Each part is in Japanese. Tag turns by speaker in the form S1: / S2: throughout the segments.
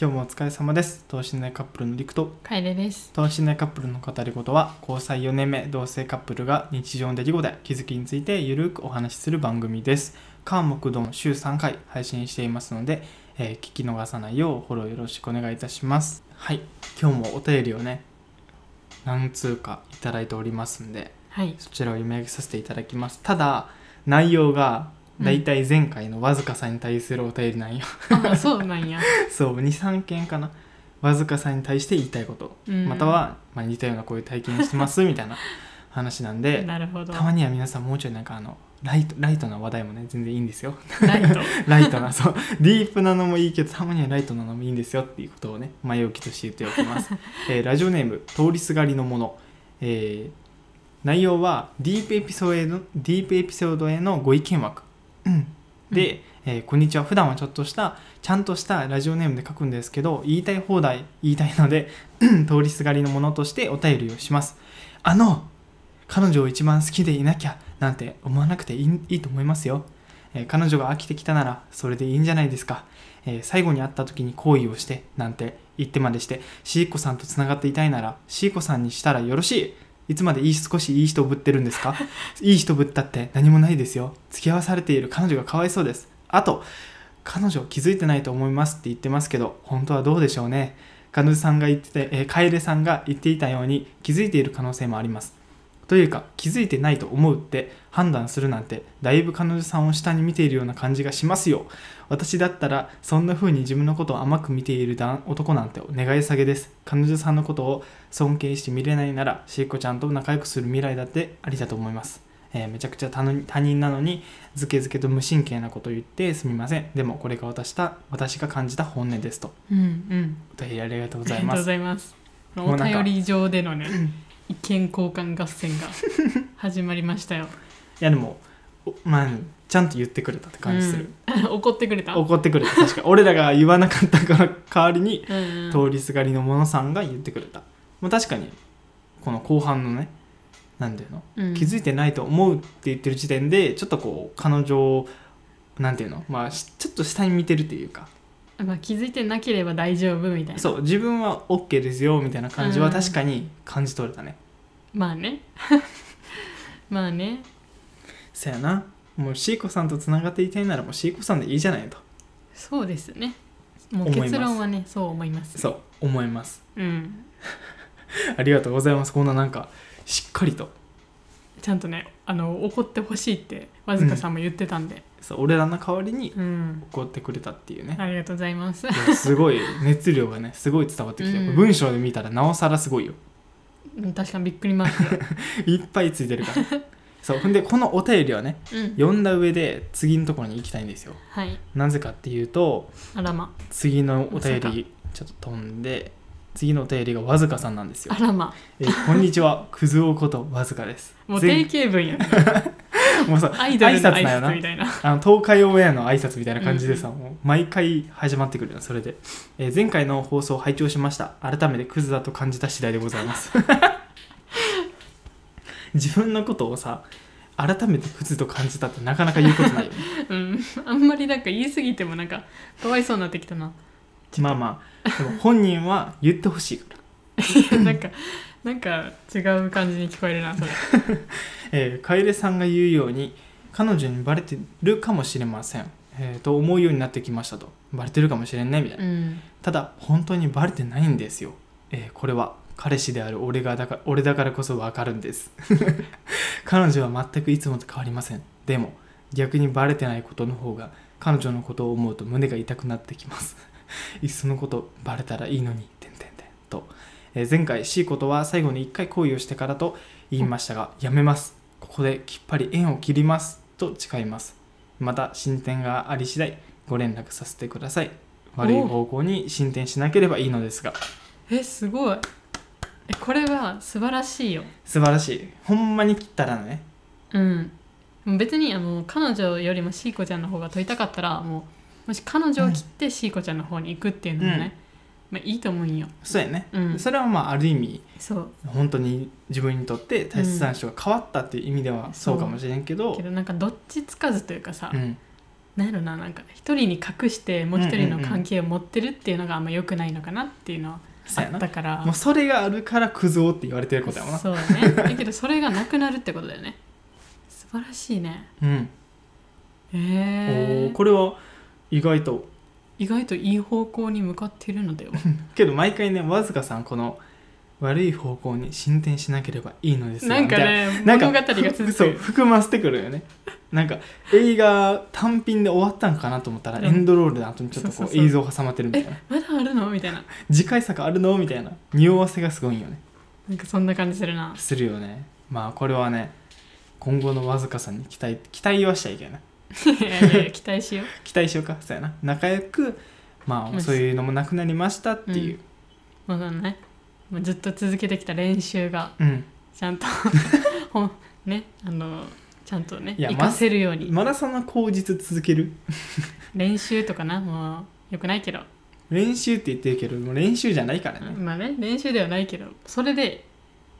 S1: 今日もお疲れ様です等身大カップルのりくと
S2: カエレです。
S1: 等身大カップルの語り事は交際4年目同性カップルが日常の出来事や気づきについてゆるくお話しする番組です韓木丼週3回配信していますので、えー聞き逃さないようフォローよろしくお願いいたしますはい今日もお便りをね何通かいただいておりますんで
S2: はい。
S1: そちらを読み上げさせていただきますただ内容がだいたい前回のわずかさんに対するお便りなんよ、
S2: あ、そうなんや。
S1: そう23件かなわずかさんに対して言いたいこと、
S2: うん
S1: または、まあ、似たようなこういう体験してます みたいな話なんで
S2: なるほど。
S1: たまには皆さんもうちょいなんかあのライトライトな話題もね全然いいんですよ
S2: ライ ト。
S1: ライトなそうディープなのもいいけどたまにはライトなのもいいんですよっていうことをね前置きとして言っておきます、えーラジオネーム通りすがりのもの、えー内容はディープエピソードへのディープエピソードへのご意見枠で、えーこんにちは普段はちょっとしたちゃんとしたラジオネームで書くんですけど言いたい放題言いたいので通りすがりのものとしてお便りをしますあの彼女を一番好きでいなきゃなんて思わなくていいいいと思いますよ、えー彼女が飽きてきたならそれでいいんじゃないですか、えー最後に会った時に好意をしてなんて言ってまでしてシーコさんとつながっていたいならシーコさんにしたらよろしいいつまでいい少しいい人ぶってるんですかいい人ぶったって何もないですよ付き合わされている彼女がかわいそうですあと彼女気づいてないと思いますって言ってますけど本当はどうでしょうね彼女さんが言ってて、えーカエレさんが言っていたように気づいている可能性もありますというか気づいてないと思うって判断するなんてだいぶ彼女さんを下に見ているような感じがしますよ私だったらそんな風に自分のことを甘く見ているだん男なんてお願い下げです彼女さんのことを尊敬して見れないならしーこちゃんと仲良くする未来だってありだと思います、えーめちゃくちゃ他の他人なのにずけずけと無神経なこと言ってすみませんでもこれが私た私が感じた本音ですと
S2: うんうん。
S1: お便りありがとうご
S2: あり
S1: ざ
S2: が
S1: い
S2: とう
S1: ま
S2: ご
S1: す
S2: ざいます。
S1: も
S2: お
S1: うなんか
S2: 便り上でのね、意見交換合戦 が始まりましたよ。
S1: いやでもおまあちゃんと言ってくれたって感じする、
S2: うん。 怒ってくれた。うん
S1: 怒ってくれた確か俺らが言わなかったから代わりに
S2: うん。
S1: 通りすがりのものさんが言ってくれた、まあ、確かにこの後半のねなんていうの
S2: うん
S1: 気づいてないと思うって言ってる時点でちょっとこう彼女をなんていうのまあしちょっと下に見てるっていうか
S2: まあ気づいてなければ大丈夫みたいな。
S1: そう自分は OK ですよみたいな感じは
S2: うん
S1: 確かに感じ取れたね、
S2: まあね。 まあね。
S1: そやなもうシーコさんとつながっていたいならもうシーコさんでいいじゃないと
S2: そうですね。もう
S1: 思います
S2: 結論はね、そう思います。
S1: そう思います
S2: うん。
S1: ありがとうございますこんななんかしっかりと
S2: ちゃんとね、あの怒ってほしいってわずかさんも言ってたんで。
S1: そう俺らの代わりに
S2: うん
S1: 怒ってくれたっていうね
S2: ありがとうございます。
S1: いやすごい熱量がねすごい伝わってきて、
S2: うん
S1: 文章で見たらなおさらすごいよ
S2: うん確かにびっくりマー
S1: いっぱいついてるから そうほんでこのお便りはね
S2: ク。うん。
S1: 読んだ上で次のところに行きたいんですよ
S2: はい。
S1: なぜかっていうと
S2: あらま。
S1: 次のお便
S2: まさか
S1: りちょっと飛んで次のお便りがわずかさんなんですよ
S2: あらま。
S1: えーこんにちはクズオことわずかです
S2: もう定
S1: 前
S2: 型文やね。
S1: もうさ
S2: アイドルの
S1: 挨
S2: 挨
S1: 拶だよな
S2: 拶みたいな。
S1: あの東海オンエアの挨拶みたいな感じでさ、もう毎回始まってくるよそれで、えー前回の放送を拝聴しました改めてクズだと感じた次第でございます 自分のことをさ改めてクズと感じたってなかなか言うこと ないよね
S2: うん。あんまりなんか言い過ぎてもなんか、かわいそうになってき たな。
S1: まあまあでも本人は言ってほしいから
S2: なんか、なんか違う感じに聞こえるな、それ。
S1: えー、楓さんが言うように彼女にバレてるかもしれません、えーと思うようになってきましたとバレてるかもしれんねみたいな、
S2: うん。
S1: ただ本当にバレてないんですよ、えーこれは彼氏である俺がだから俺だからこそわかるんです 彼女は全くいつもと変わりませんでも逆にバレてないことの方が彼女のことを思うと胸が痛くなってきます いっそのことバレたらいいのにてんてんてんと、えー前回 C ことは最後に1回恋をしてからと言いましたがやめますここできっぱり縁を切りますと誓いますまた進展があり次第ご連絡させてください悪い方向に進展しなければいいのですが
S2: え、すごい。え、これは素晴らしいよ。
S1: 素晴らしいほんまに切ったらね
S2: うん。別にあの彼女よりもシーコちゃんの方が取りたかったらもうもし彼女を切ってシーコちゃんの方に行くっていうのもね、まあ、いいと思うんよ。
S1: そうやね、
S2: うん
S1: それはまあある意味
S2: そう
S1: 本当に自分にとって大切な人が変わったっていう意味ではそうかもしれんけど、
S2: けどなんかどっちつかずというかさ、
S1: うん
S2: なんやろななんか一人に隠してもう一人の関係を持ってるっていうのがあんま良くないのかなっていうのはあ
S1: そうやな
S2: ったから
S1: もうそれがあるからクズ男って言われてることやもんな
S2: そうだねだけどそれがなくなるってことだよね素晴らしいね
S1: うん、
S2: え
S1: おー
S2: ー
S1: これは意外と
S2: 意外といい方向に向かってるのでは
S1: けど毎回ねわずかさんこの悪い方向に進展しなければいいのですが
S2: なんかね
S1: みたいな
S2: 物語が続
S1: そう
S2: く
S1: 含ませてくるよねなんか映画単品で終わったんかなと思ったら、
S2: うん
S1: エンドロールの後にちょっと
S2: そう
S1: こう
S2: そうそう
S1: 映像挟まってるみたいな
S2: まだあるのみたいな
S1: 次回作あるのみたいな匂わせがすごいよね
S2: なんかそんな感じする な
S1: するよねまあこれはね今後のわずかさんに期待期待はしちゃいけない
S2: いやいや期待しよう
S1: 期待しようかそうやな仲良くま
S2: う
S1: あ
S2: ん
S1: そういうのもなくなりましたっていう
S2: まだねもうずっと続けてきた練習が
S1: うん、
S2: ちゃん とほんねあのちゃんとね
S1: いや
S2: 活かせるように、
S1: まだそんな口実続ける
S2: 練習とかなもうよくないけど、
S1: 練習って言ってるけどもう練習じゃないからね、
S2: まあね練習ではないけどそれで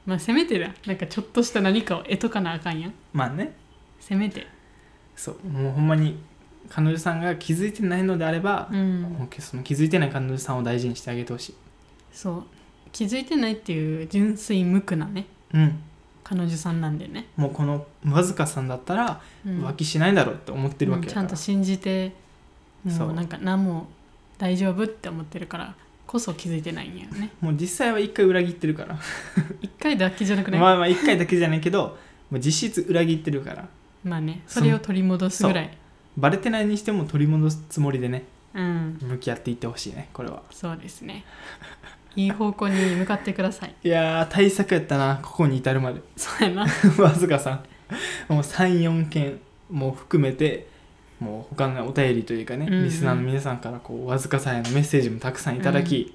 S2: まあせめてだなんかちょっとした何かを得とかなあかんやん
S1: まあね
S2: せめて
S1: そうもうほんまに彼女さんが気づいてないのであれば
S2: う、ん
S1: もうその気づいてない彼女さんを大事にしてあげてほしい
S2: そう気づいてないっていう純粋無垢なね
S1: うん
S2: 彼女さんなんでね、
S1: もうこのわずかさんだったら
S2: うん
S1: 浮気しないだろうって思ってるわけ
S2: うん
S1: だ
S2: ち
S1: か
S2: ゃ
S1: ら、
S2: んと信じて
S1: そ
S2: もう
S1: う
S2: なんか何も大丈夫って思ってるからこそ気づいてないんやよ ね
S1: もう実際は一回裏切ってるから
S2: 一回だけじゃなくない、ま
S1: まあまあ一回だけじゃないけどもう実質裏切ってるから
S2: あねそれを取り戻すぐらい
S1: バレてないにしても取り戻すつもりでね
S2: うん
S1: 向き合っていってほしいねこれは
S2: そうですねいい方向に向かってください
S1: いやー対策やったなここに至るまで
S2: そうやな
S1: わずかさんもう34件もう含めてもう他のお便りというかね、
S2: うんうん
S1: リスナーの皆さんからこうわずかさんへのメッセージもたくさんいただき、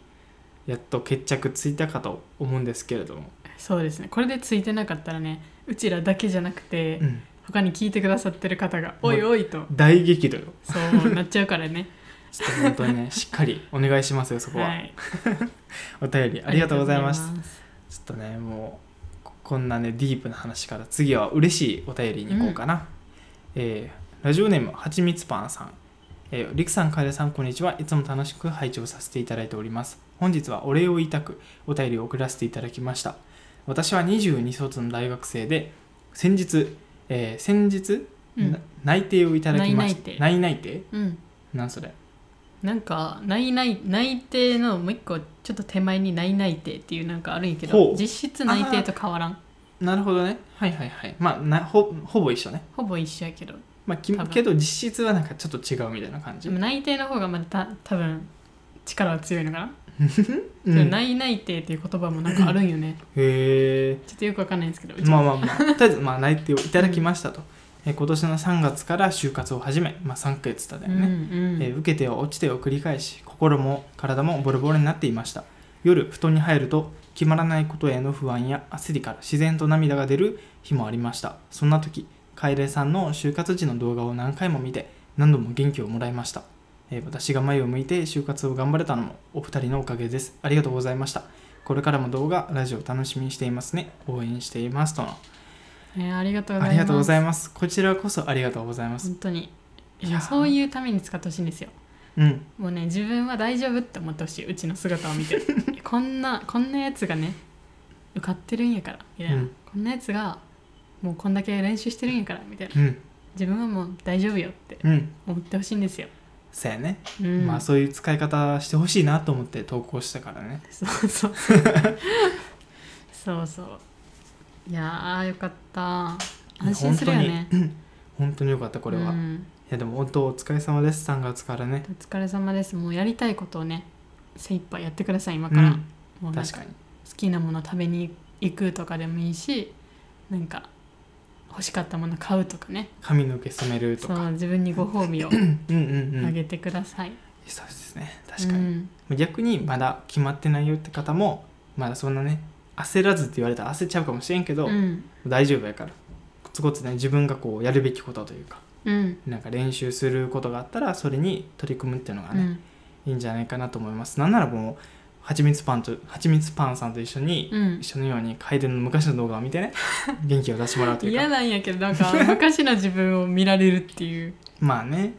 S1: やっと決着ついたかと思うんですけれども、
S2: そうですねこれでついてなかったらねうちらだけじゃなくて、
S1: うん
S2: 他に聞いてくださってる方が「おいおい」と
S1: 大激怒よ
S2: そうなっちゃうか らね
S1: ちょっと本当に ねしっかりお願いしますよそこは、
S2: はい
S1: お便りありがとうございます
S2: ありがとうござい
S1: ちょっとねもうここんなねディープな話から次は嬉しいお便りに行こうかな、えーラジオネームはちみつパンさんえー、りくさん、かえでさん、こんにちは。いつも楽しく拝聴させていただいております。本日はお礼を言いたく、お便りを送らせていただきました。私は22卒の大学生で、先日、えー先日、
S2: うん
S1: な内定をいただきまして、
S2: 内
S1: 内内定
S2: うん
S1: なんそれ
S2: なんか内内内定のもう一個ちょっと手前に内内定っていうなんかあるんやけ
S1: ほ
S2: ど
S1: う
S2: 実質内定と変わらん
S1: なるほどね。はいはいはい。まあ、なほほぼ一緒ね。
S2: ほぼ一緒やけど
S1: まあ、き
S2: 多分
S1: けど実質はなんかちょっと違うみたいな感じ
S2: で。も内定の方がまだた多分力は強いのかな、
S1: う
S2: それ
S1: ん、へ
S2: 内内定っていう言葉もなんかあるんよね
S1: え。
S2: ちょっとよくわかんないんですけどうち
S1: まあまあ まあ、とりあえずまあ内定をいただきましたと。えー今年の3月から就活を始め、まあ、3ヶ月だよね、
S2: うんうん
S1: えー受けては落ちてを繰り返し心も体もボロボロになっていました夜布団に入ると決まらないことへの不安や焦りから自然と涙が出る日もありましたそんな時楓さんの就活時の動画を何回も見て何度も元気をもらいました、えー私が前を向いて就活を頑張れたのもお二人のおかげですありがとうございましたこれからも動画ラジオ楽しみにしていますね応援していますとの
S2: えーありがとうございま
S1: あ
S2: す
S1: りがとうございますこちらこそありがとうございます
S2: 本当に
S1: いやー
S2: そういうために使ってほしいんですよ
S1: うん
S2: もうね自分は大丈夫って思ってほしいうちの姿を 見てこんなこんなやつがね受かってるんやからみたいな、
S1: うん
S2: こんなやつがもうこんだけ練習してるんやからみたいな
S1: うん
S2: 自分はもう大丈夫よって
S1: うん
S2: 思ってほしいんですよ、
S1: そやね
S2: うん、
S1: まあそういう使い方してほしいなと思って投稿したからね
S2: そうそう そうそういやーよかった安心するよね
S1: 本当によかったこれは、
S2: う
S1: い
S2: ん
S1: やでも本当お疲れ様です3月からね
S2: お疲れ様ですもうやりたいことをね精一杯やってください今
S1: う
S2: から、
S1: ん
S2: もうなん
S1: 確
S2: か
S1: かに
S2: 好きなもの食べに行くとかでもいいしなんか欲しかったもの買うとかね
S1: 髪の毛染めると
S2: そ
S1: か
S2: の自分にご褒美を
S1: うんうんう
S2: あ
S1: ん
S2: げてください、
S1: そうですね確かに、
S2: うん
S1: 逆にまだ決まってないよって方もまだそんなね焦らずって言われたら焦っちゃうかもしれんけど、
S2: うん
S1: 大丈夫やからコツコツね自分がこうやるべきことというか
S2: うん
S1: なんか練習することがあったらそれに取り組むっていうのが
S2: う
S1: ね、
S2: ん
S1: いいんじゃないかなと思いますなんならもうはちみつパンとはちみつパンさんと一緒に
S2: うん
S1: 一緒のように楓の昔の動画を見て ね元気を出してもらうという
S2: 嫌
S1: か
S2: なんやけどなんか昔の自分を見られるっていう
S1: まあね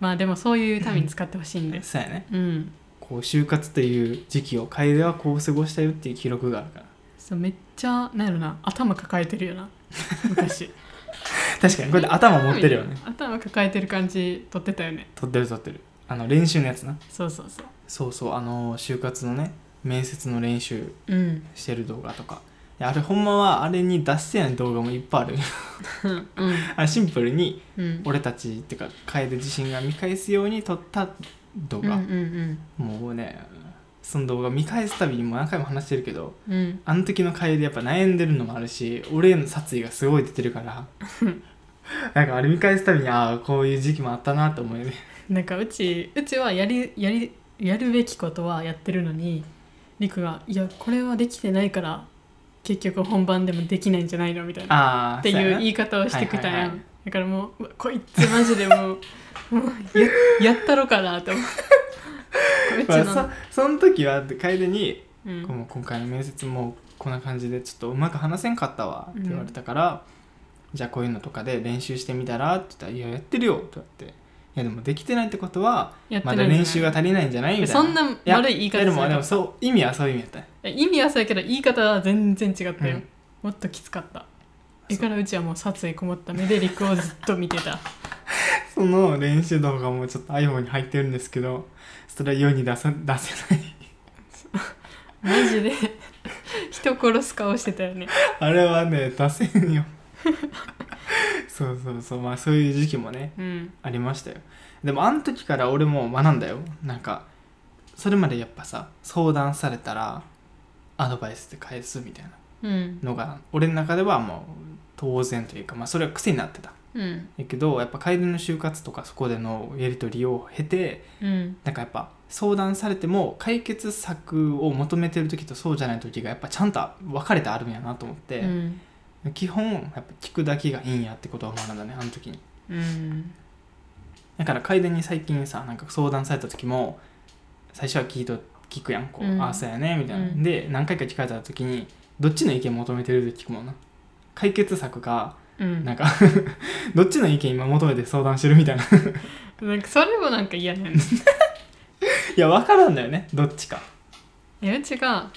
S2: まあでもそういうために使ってほしいんです。
S1: そうやね
S2: うん。
S1: こう就活という時期を楓はこう過ごしたよっていう記録があるから
S2: そうめっちゃなんやろな頭抱えてるよな昔。
S1: 確 かにこれで頭持ってるよね
S2: 頭抱えてる感じ撮ってたよね。
S1: 撮ってる撮ってるあの練習のやつな
S2: そうそうそう。
S1: そうそうあの就活のね面接の練習
S2: うん。
S1: してる動画とかいやあれほんまはあれに脱線やん動画もいっぱいある
S2: うん
S1: あシンプルに
S2: うん。
S1: 俺たちっていうか楓自身が見返すように撮った動
S2: うんうん
S1: 画、もうねその動画見返すたびにもう何回も話してるけど
S2: うんうん。
S1: あの時の楓やっぱ悩んでるのもあるし俺への殺意がすごい出てるから なんかあれ見返すたびにああこういう時期もあったなと思うよね
S2: なんかうちうちはやりやりやるべきことはやってるのにりくが「いやこれはできてないから結局本番でもできないんじゃないの?」みたいな
S1: ああ
S2: っていう言
S1: い
S2: い方をしてくた
S1: はい
S2: や
S1: はいはい
S2: んだからもううわこいつマジでもうもうややったろかなと思ってう ち
S1: まあ、
S2: の、
S1: そその時は楓に
S2: う
S1: 「こ
S2: ん、
S1: う今回の面接もこんな感じでちょっとうまく話せんかったわ」って言われたから、じゃあこういうのとかで練習してみたら?」って言ったら「いややってるよ」って言われて。いやでもできてないってことは
S2: やってな
S1: ま
S2: い
S1: だ練習が
S2: い
S1: 足りないんじゃないみ
S2: や
S1: たいな
S2: そんな悪い言い
S1: や
S2: 方
S1: ですもで
S2: る
S1: もそう意味はそういう意味やったね
S2: 意味はそうやけど言い方は全然違ったよ、
S1: うん
S2: もっときつかった
S1: そう
S2: だからうちはもう殺意こもった目でりくをずっと見てた
S1: その練習動画もちょっと iPhone に入ってるんですけどそれは世に出さ 出せない
S2: マジで人殺す顔してたよね
S1: あれはね出せんよ そうそうそうまあそういう時期もね
S2: うん
S1: ありましたよでもあの時から俺も学んだよなんかそれまでやっぱさ相談されたらアドバイスで返すみたいな
S2: うん
S1: のが俺の中ではもう当然というかまあそれは癖になってた
S2: うん
S1: だけどやっぱ楓の就活とかそこでのやり取りを経て
S2: うん
S1: なんかやっぱ相談されても解決策を求めてる時とそうじゃない時がやっぱちゃんと分かれてあるんやなと思って
S2: う、ん
S1: 基本やっぱ聞くだけがいいんやってことを学んだねあの時に
S2: うん
S1: だから楓に最近さなんか相談された時も最初は聞いと聞くやんこう、
S2: うん
S1: ああそうやねみたいな、
S2: うん
S1: で何回か聞かれた時にどっちの意見求めてるって聞くもんな解決策か
S2: うん
S1: なんか どっちの意見今求めて相談してるみたいな
S2: なんかそれもなんか嫌だよね
S1: いや分からんだよねどっちか
S2: いやうちが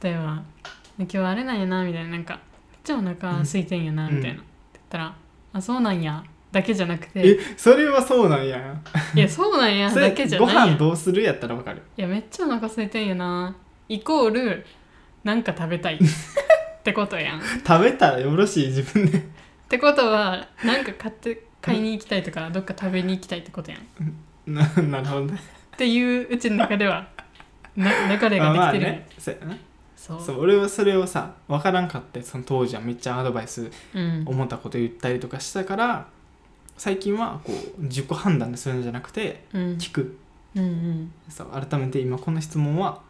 S2: 例えば「今日あれなんやな」みたいななんか「めっちゃお腹空いてんやな」
S1: うん
S2: みたいな、って言ったら「あそうなんや」だけじゃなく
S1: え
S2: て
S1: それはそうなんや
S2: 「いやそうなんや」
S1: それ
S2: だけじゃ
S1: ご
S2: ないや
S1: 飯
S2: んい
S1: どうするやったら分かる
S2: やめっちゃお腹空いてんやなイコールなんか食べ たいってことやん
S1: 食べたらよろしい自分で
S2: ってことはなんか買って買いに行きたいとかどっか食べに行きたいってことやんっ
S1: ななるほどね
S2: ていううちの中で はな流れ
S1: あま
S2: が
S1: あ
S2: できてるよね、
S1: ねそうやな
S2: そう
S1: そう俺はそれをさ分からんかってその当時はめっちゃアドバイス
S2: うん
S1: 思ったこと言ったりとかしたから最近はこう自己判断でするんじゃなくて
S2: うん
S1: 聞く
S2: うんうん
S1: そう改めて今この質問は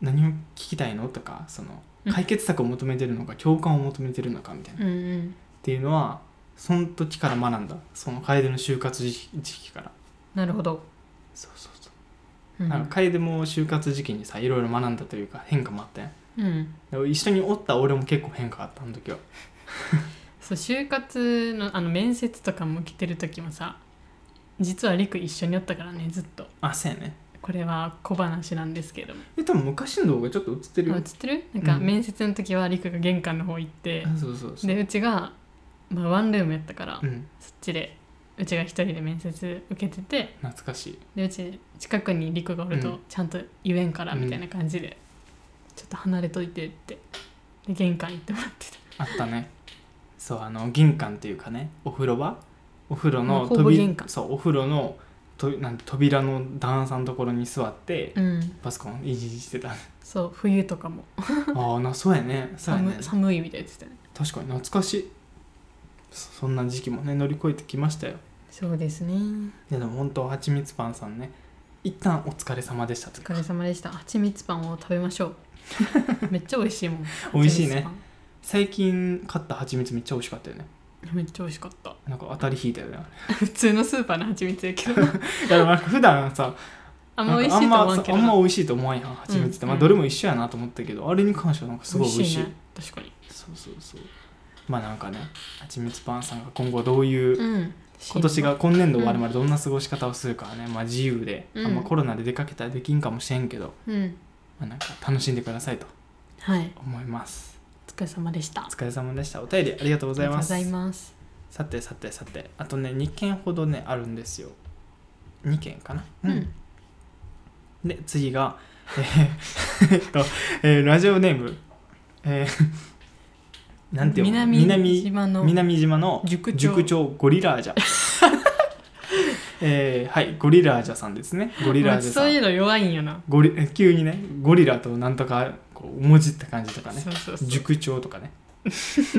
S1: 何を聞きたいのとかその
S2: うん
S1: 解決策を求めてるのか共感を求めてるのかみたいなっ
S2: うんうん
S1: ていうのはその時から学んだその楓の就活時期時期から
S2: なるほど、
S1: そうそうそう
S2: うん、
S1: なんか楓も就活時期にさいろいろ学んだというか変化もあったやん
S2: うん
S1: でも一緒におった俺も結構変化あったあの時は
S2: そう就活のあの面接とかも来てる時もさ実はりく一緒におったからねずっと
S1: あそうやね
S2: これは小話なんですけれども
S1: え多分昔の動画ちょっと映ってる
S2: あ
S1: よ
S2: 映ってるなんか
S1: うん
S2: 面接の時はりくが玄関の方行って、
S1: あそうそうそう
S2: でうちが、まあ、ワンルームやったから、
S1: うん
S2: そっちでうちが一人で面接受けてて
S1: 懐かしい
S2: でうち近くに陸がおる
S1: う
S2: と
S1: ん
S2: ちゃんと言えんから
S1: うん
S2: みたいな感じで、ちょっと離れといてってで玄関行ってもらって
S1: あ
S2: た
S1: ったねそうあの玄関っていうかねお風呂場お風呂
S2: まあ
S1: の
S2: ほぼ
S1: 扉
S2: 玄関
S1: そうお風呂のとなんて扉の段差のところに座って、
S2: うん
S1: パソコンいじいじして たあ
S2: そう冬とかも
S1: あなそうやねそうやね
S2: 寒寒いみたいでしたね
S1: 確かに懐かしいそそんな時期もね乗り越えてきましたよ
S2: そうですね
S1: いやでも本当はちみつパンさんね一旦お疲れ様でしたと
S2: お
S1: いう
S2: 疲
S1: か
S2: れ様でしたはちみつパンを食べましょう めっちゃ美味しいもん
S1: 美味しい
S2: はち
S1: ね
S2: み
S1: 最近買ったはちみつめっちゃ美味しかったよね
S2: つパンめっちゃ美味しかった
S1: なんか当たり引いたよね
S2: 普通のスーパーのはちみつやけど
S1: いやでもなんか普段さ
S2: あん
S1: な
S2: ま
S1: ん
S2: 美味
S1: か
S2: し
S1: あ
S2: い
S1: ん
S2: と
S1: ま
S2: 思わんけ
S1: あ
S2: ど
S1: んま
S2: な
S1: 美味しいと思わんやんはちみつって、まあ
S2: うん
S1: どれも一緒やなと思ったけどあれに関してはなんかすごい美味しい
S2: ね確かに
S1: そうそうそうまあなんかねはちみつパンさんが今後どういう
S2: うん
S1: 今年が今年度終わるまでどんな過ごし方をするかはね、まあ、自由で、
S2: うん
S1: あんまコロナで出かけたらできんかもしれんけど、
S2: うん
S1: まあ、なんか楽しんでくださいと
S2: はい
S1: 思います
S2: お疲れ様でした
S1: お疲れ様でしたお便りありがとうご
S2: ご
S1: ざいます
S2: います
S1: さてさてさてあとね2件ほどねあるんですよ2件かな
S2: うん
S1: で次がえーえっと、えーラジオネームえー、なんていうの
S2: 南
S1: 南
S2: 島の
S1: 南島の
S2: 塾長
S1: 塾長ゴリラージャえーはいゴリラージャさんですねゴリラージャさ
S2: そうい
S1: ん
S2: うの弱いんよな、
S1: ゴリえ急にねゴリラとなんとかこう文字って感じとかね
S2: そうそうそう
S1: 塾長とかね、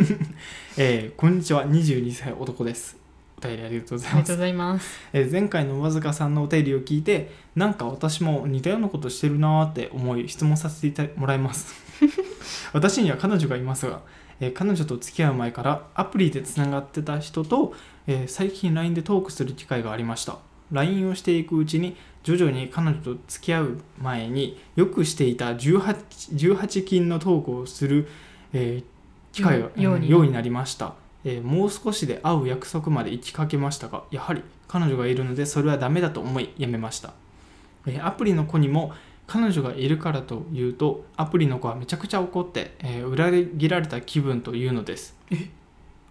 S1: えーこんにちは22歳男ですお便りありがとうござい
S2: あり
S1: ま
S2: がとう
S1: す
S2: ございます
S1: えー前回のわずかさんのお便りを聞いてなんか私も似たようなことしてるなーって思い質問させていたもらいます 私には彼女がいますが、えー彼女と付き合う前からアプリでつながってた人と、えー最近 LINE でトークする機会がありました LINE をしていくうちに徐々に彼女と付き合う前によくしていた 18, 18禁のトークをする、えー機会が
S2: よう
S1: うん
S2: に
S1: ようになりました、えーもう少しで会う約束まで行きかけましたがやはり彼女がいるのでそれはダメだと思いやめました、えーアプリの子にも彼女がいるからというとアプリの子はめちゃくちゃ怒って、えー裏切られた気分というのです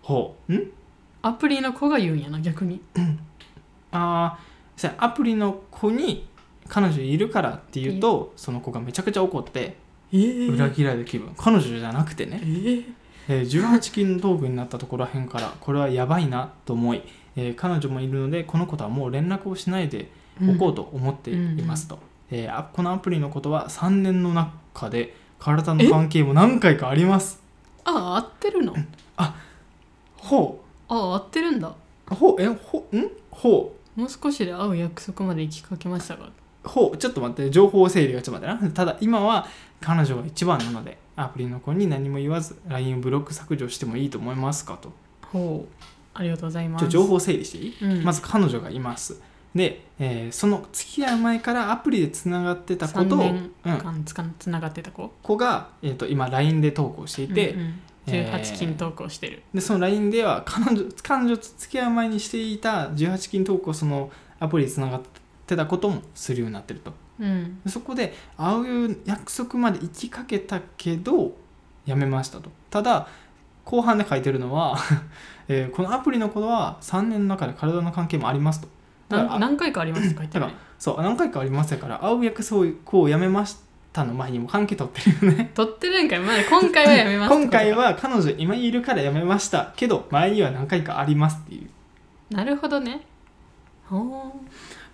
S1: ほうん
S2: アプリの子が言うんやな逆に
S1: あーそれアプリの子に彼女いるからって言うとその子がめちゃくちゃ怒って
S2: えー
S1: 裏切られる気分、彼女じゃなくてね
S2: えー
S1: えー18禁のトークになったところらへんからこれはやばいなと思い、えー彼女もいるのでこの子とはもう連絡をしないでおこうと思っていますと、えーあこのアプリのことは3年の中で体の関係も何回かあります
S2: ああ合ってるの
S1: ほ
S2: あ合ってるんだ
S1: うほうえほんほ
S2: もう少しで会う約束まで行きかけましたが
S1: うほうちょっと待って情報整理がちょっと待ってなただ今は彼女が一番なのでアプリの子に何も言わず LINE をブロック削除してもいいと思いますかと
S2: ほうありがとうございま
S1: ち
S2: す
S1: ょ情報整理していい、
S2: うん
S1: まず彼女がいますで、えーその付き合う前からアプリでつながってたこ
S2: 3
S1: とを、
S2: 年
S1: うん
S2: 間つかつながってた子
S1: 子が、えー、と今 LINE で投稿していて、
S2: うんうん
S1: えー
S2: 18金投稿してる、
S1: でその LINE では彼女彼女と付き合う前にしていた18禁投稿そのアプリでつながってたこともするようになってると
S2: うん
S1: でそこで会う約束まで行きかけたけどやめましたとただ後半で書いてるのは、 えーこのアプリの子は3年の中で体の関係もありますとだから
S2: な何回かありますって書いてあるね
S1: そう何回かありましたから会う約束をやめましたの前にも関係取ってるよね
S2: 撮ってるんかいまだ今回はやめます
S1: 今 回は彼女今いるからやめましたけど前には何回かありますっていう
S2: なるほどねほ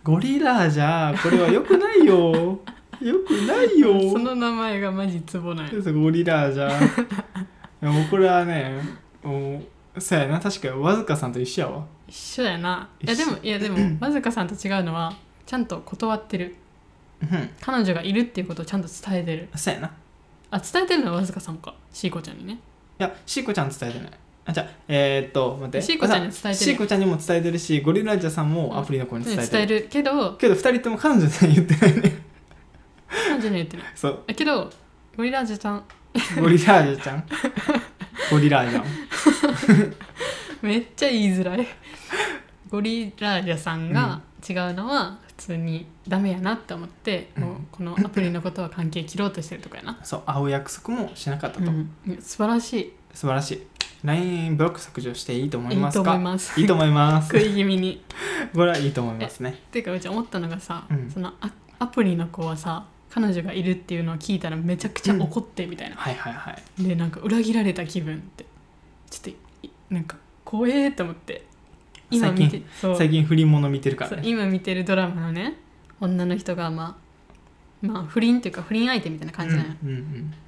S1: ゴリラじゃこれは良くない よ良くないよ
S2: うその名前がマジツボなんや
S1: ゴリラじゃいやもうこれはねもうそうやな確かわずかさんと一緒やわ
S2: 一緒やな
S1: 一緒
S2: いやでもいやでもわずかさんと違うのはちゃんと断ってる
S1: うん
S2: 彼女がいるっていうことをちゃんと伝えてる
S1: そうやない
S2: あ伝えてるのはわずかさんかシーコちゃんにね
S1: やシーコちゃん伝えてないあじゃあえー、っと待って
S2: シーコちゃんに伝えてる
S1: シーコちゃんにも伝えてるしゴリラじゃさんもアプリの子に伝えてる
S2: 伝えるけど
S1: けど2人とも彼女には言ってないね
S2: 彼女には言ってない
S1: そう
S2: あけどゴリラージュさん
S1: ゴリラージャちゃんゴリラージャ
S2: めっちゃ言いづらい ゴリラージャさんが違うのは普通にダメやなって思って、もうこのアプリのことは関係切ろうとしてるとかやな、
S1: そう会う約束もしなかった
S2: う
S1: と、
S2: ん、いや素晴らしい
S1: 素晴らしい LINE ブロック削除していいと思い
S2: いい
S1: ま
S2: と
S1: す
S2: 思
S1: か
S2: います
S1: いいと思います
S2: 食い気味に
S1: これはいいと思いますね
S2: っていうかうち思ったのがさ、
S1: うん
S2: そのアアプリの子はさ彼女がいるっていうのを聞いたらめちゃくちゃ怒ってみたいな、
S1: はいはいはい
S2: でなんか裏切られた気分ってちょっといなんか怖えと思って今見てそう
S1: 最近不倫もの見てるか
S2: そ
S1: ら
S2: う
S1: ね
S2: 今見てるドラマのね女の人がまあまあ不倫というか不倫相手みたいな感じなのよ、
S1: うんうん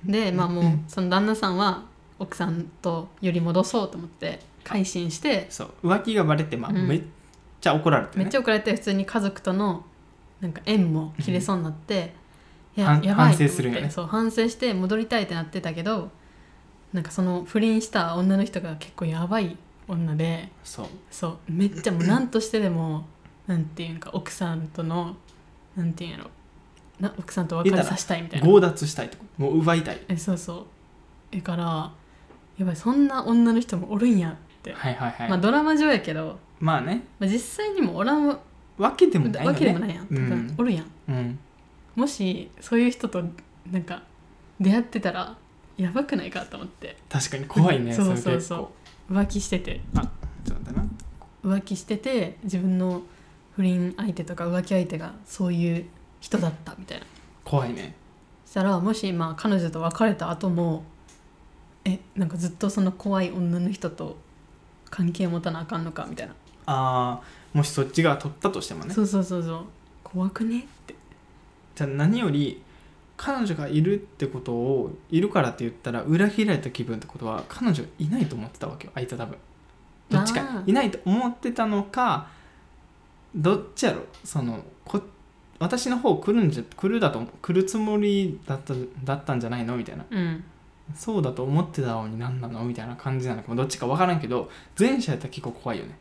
S1: うん
S2: でまあ
S1: う
S2: も
S1: ん
S2: うその旦那さんは奥さんとより戻そうと思って改心して
S1: そう浮気がバレて、まあ
S2: うん
S1: めっちゃ怒られてね
S2: めっちゃ怒られて普通に家族とのなんか縁も切れそうになって、い
S1: は
S2: や
S1: ん
S2: やばいと思って
S1: 反省するよね
S2: そう反省して戻りたいってなってたけどなんかその不倫した女の人が結構やばい女で
S1: そう
S2: そうめっちゃもう何としてでもなんていうんか奥さんとのなんていうんやろな奥さんと別れさせたいみたいな
S1: 強奪したいとかもう奪いたい
S2: えそうそうえからやばいそんな女の人もおるんやって、
S1: はいはいはい、
S2: まあドラマ上やけど
S1: まあね
S2: まあ、実際にもおらんわ
S1: わけでもないよね
S2: わけでもないやん、
S1: うん
S2: おるやん
S1: うん
S2: もしそういう人となんか出会ってたらやばくないかと思って
S1: 確かに怖いね
S2: そうそう
S1: それ
S2: そう浮気してて
S1: 結構ちょっと待ってな
S2: 浮気してて自分の不倫相手とか浮気相手がそういう人だったみたいな
S1: 怖いね
S2: したらもしまあ彼女と別れた後もえなんかずっとその怖い女の人と関係持たなあかんのかみたいな、
S1: あーもしそっちが取ったとしてもね
S2: そうそうそうそう怖くね
S1: じゃあ何より彼女がいるってことをいるからって言ったら裏切られた気分ってことは彼女いないと思ってたわけよあいつは多分どっち
S2: あ
S1: か
S2: ー
S1: いないと思ってたのかどっちやろそのこ私の方来るんじゃ来るだと来るつもりだっただったんじゃないのみたいな
S2: うん
S1: そうだと思ってたのに何なのみたいな感じなのかもどっちか分からんけど前者やったら結構怖いよね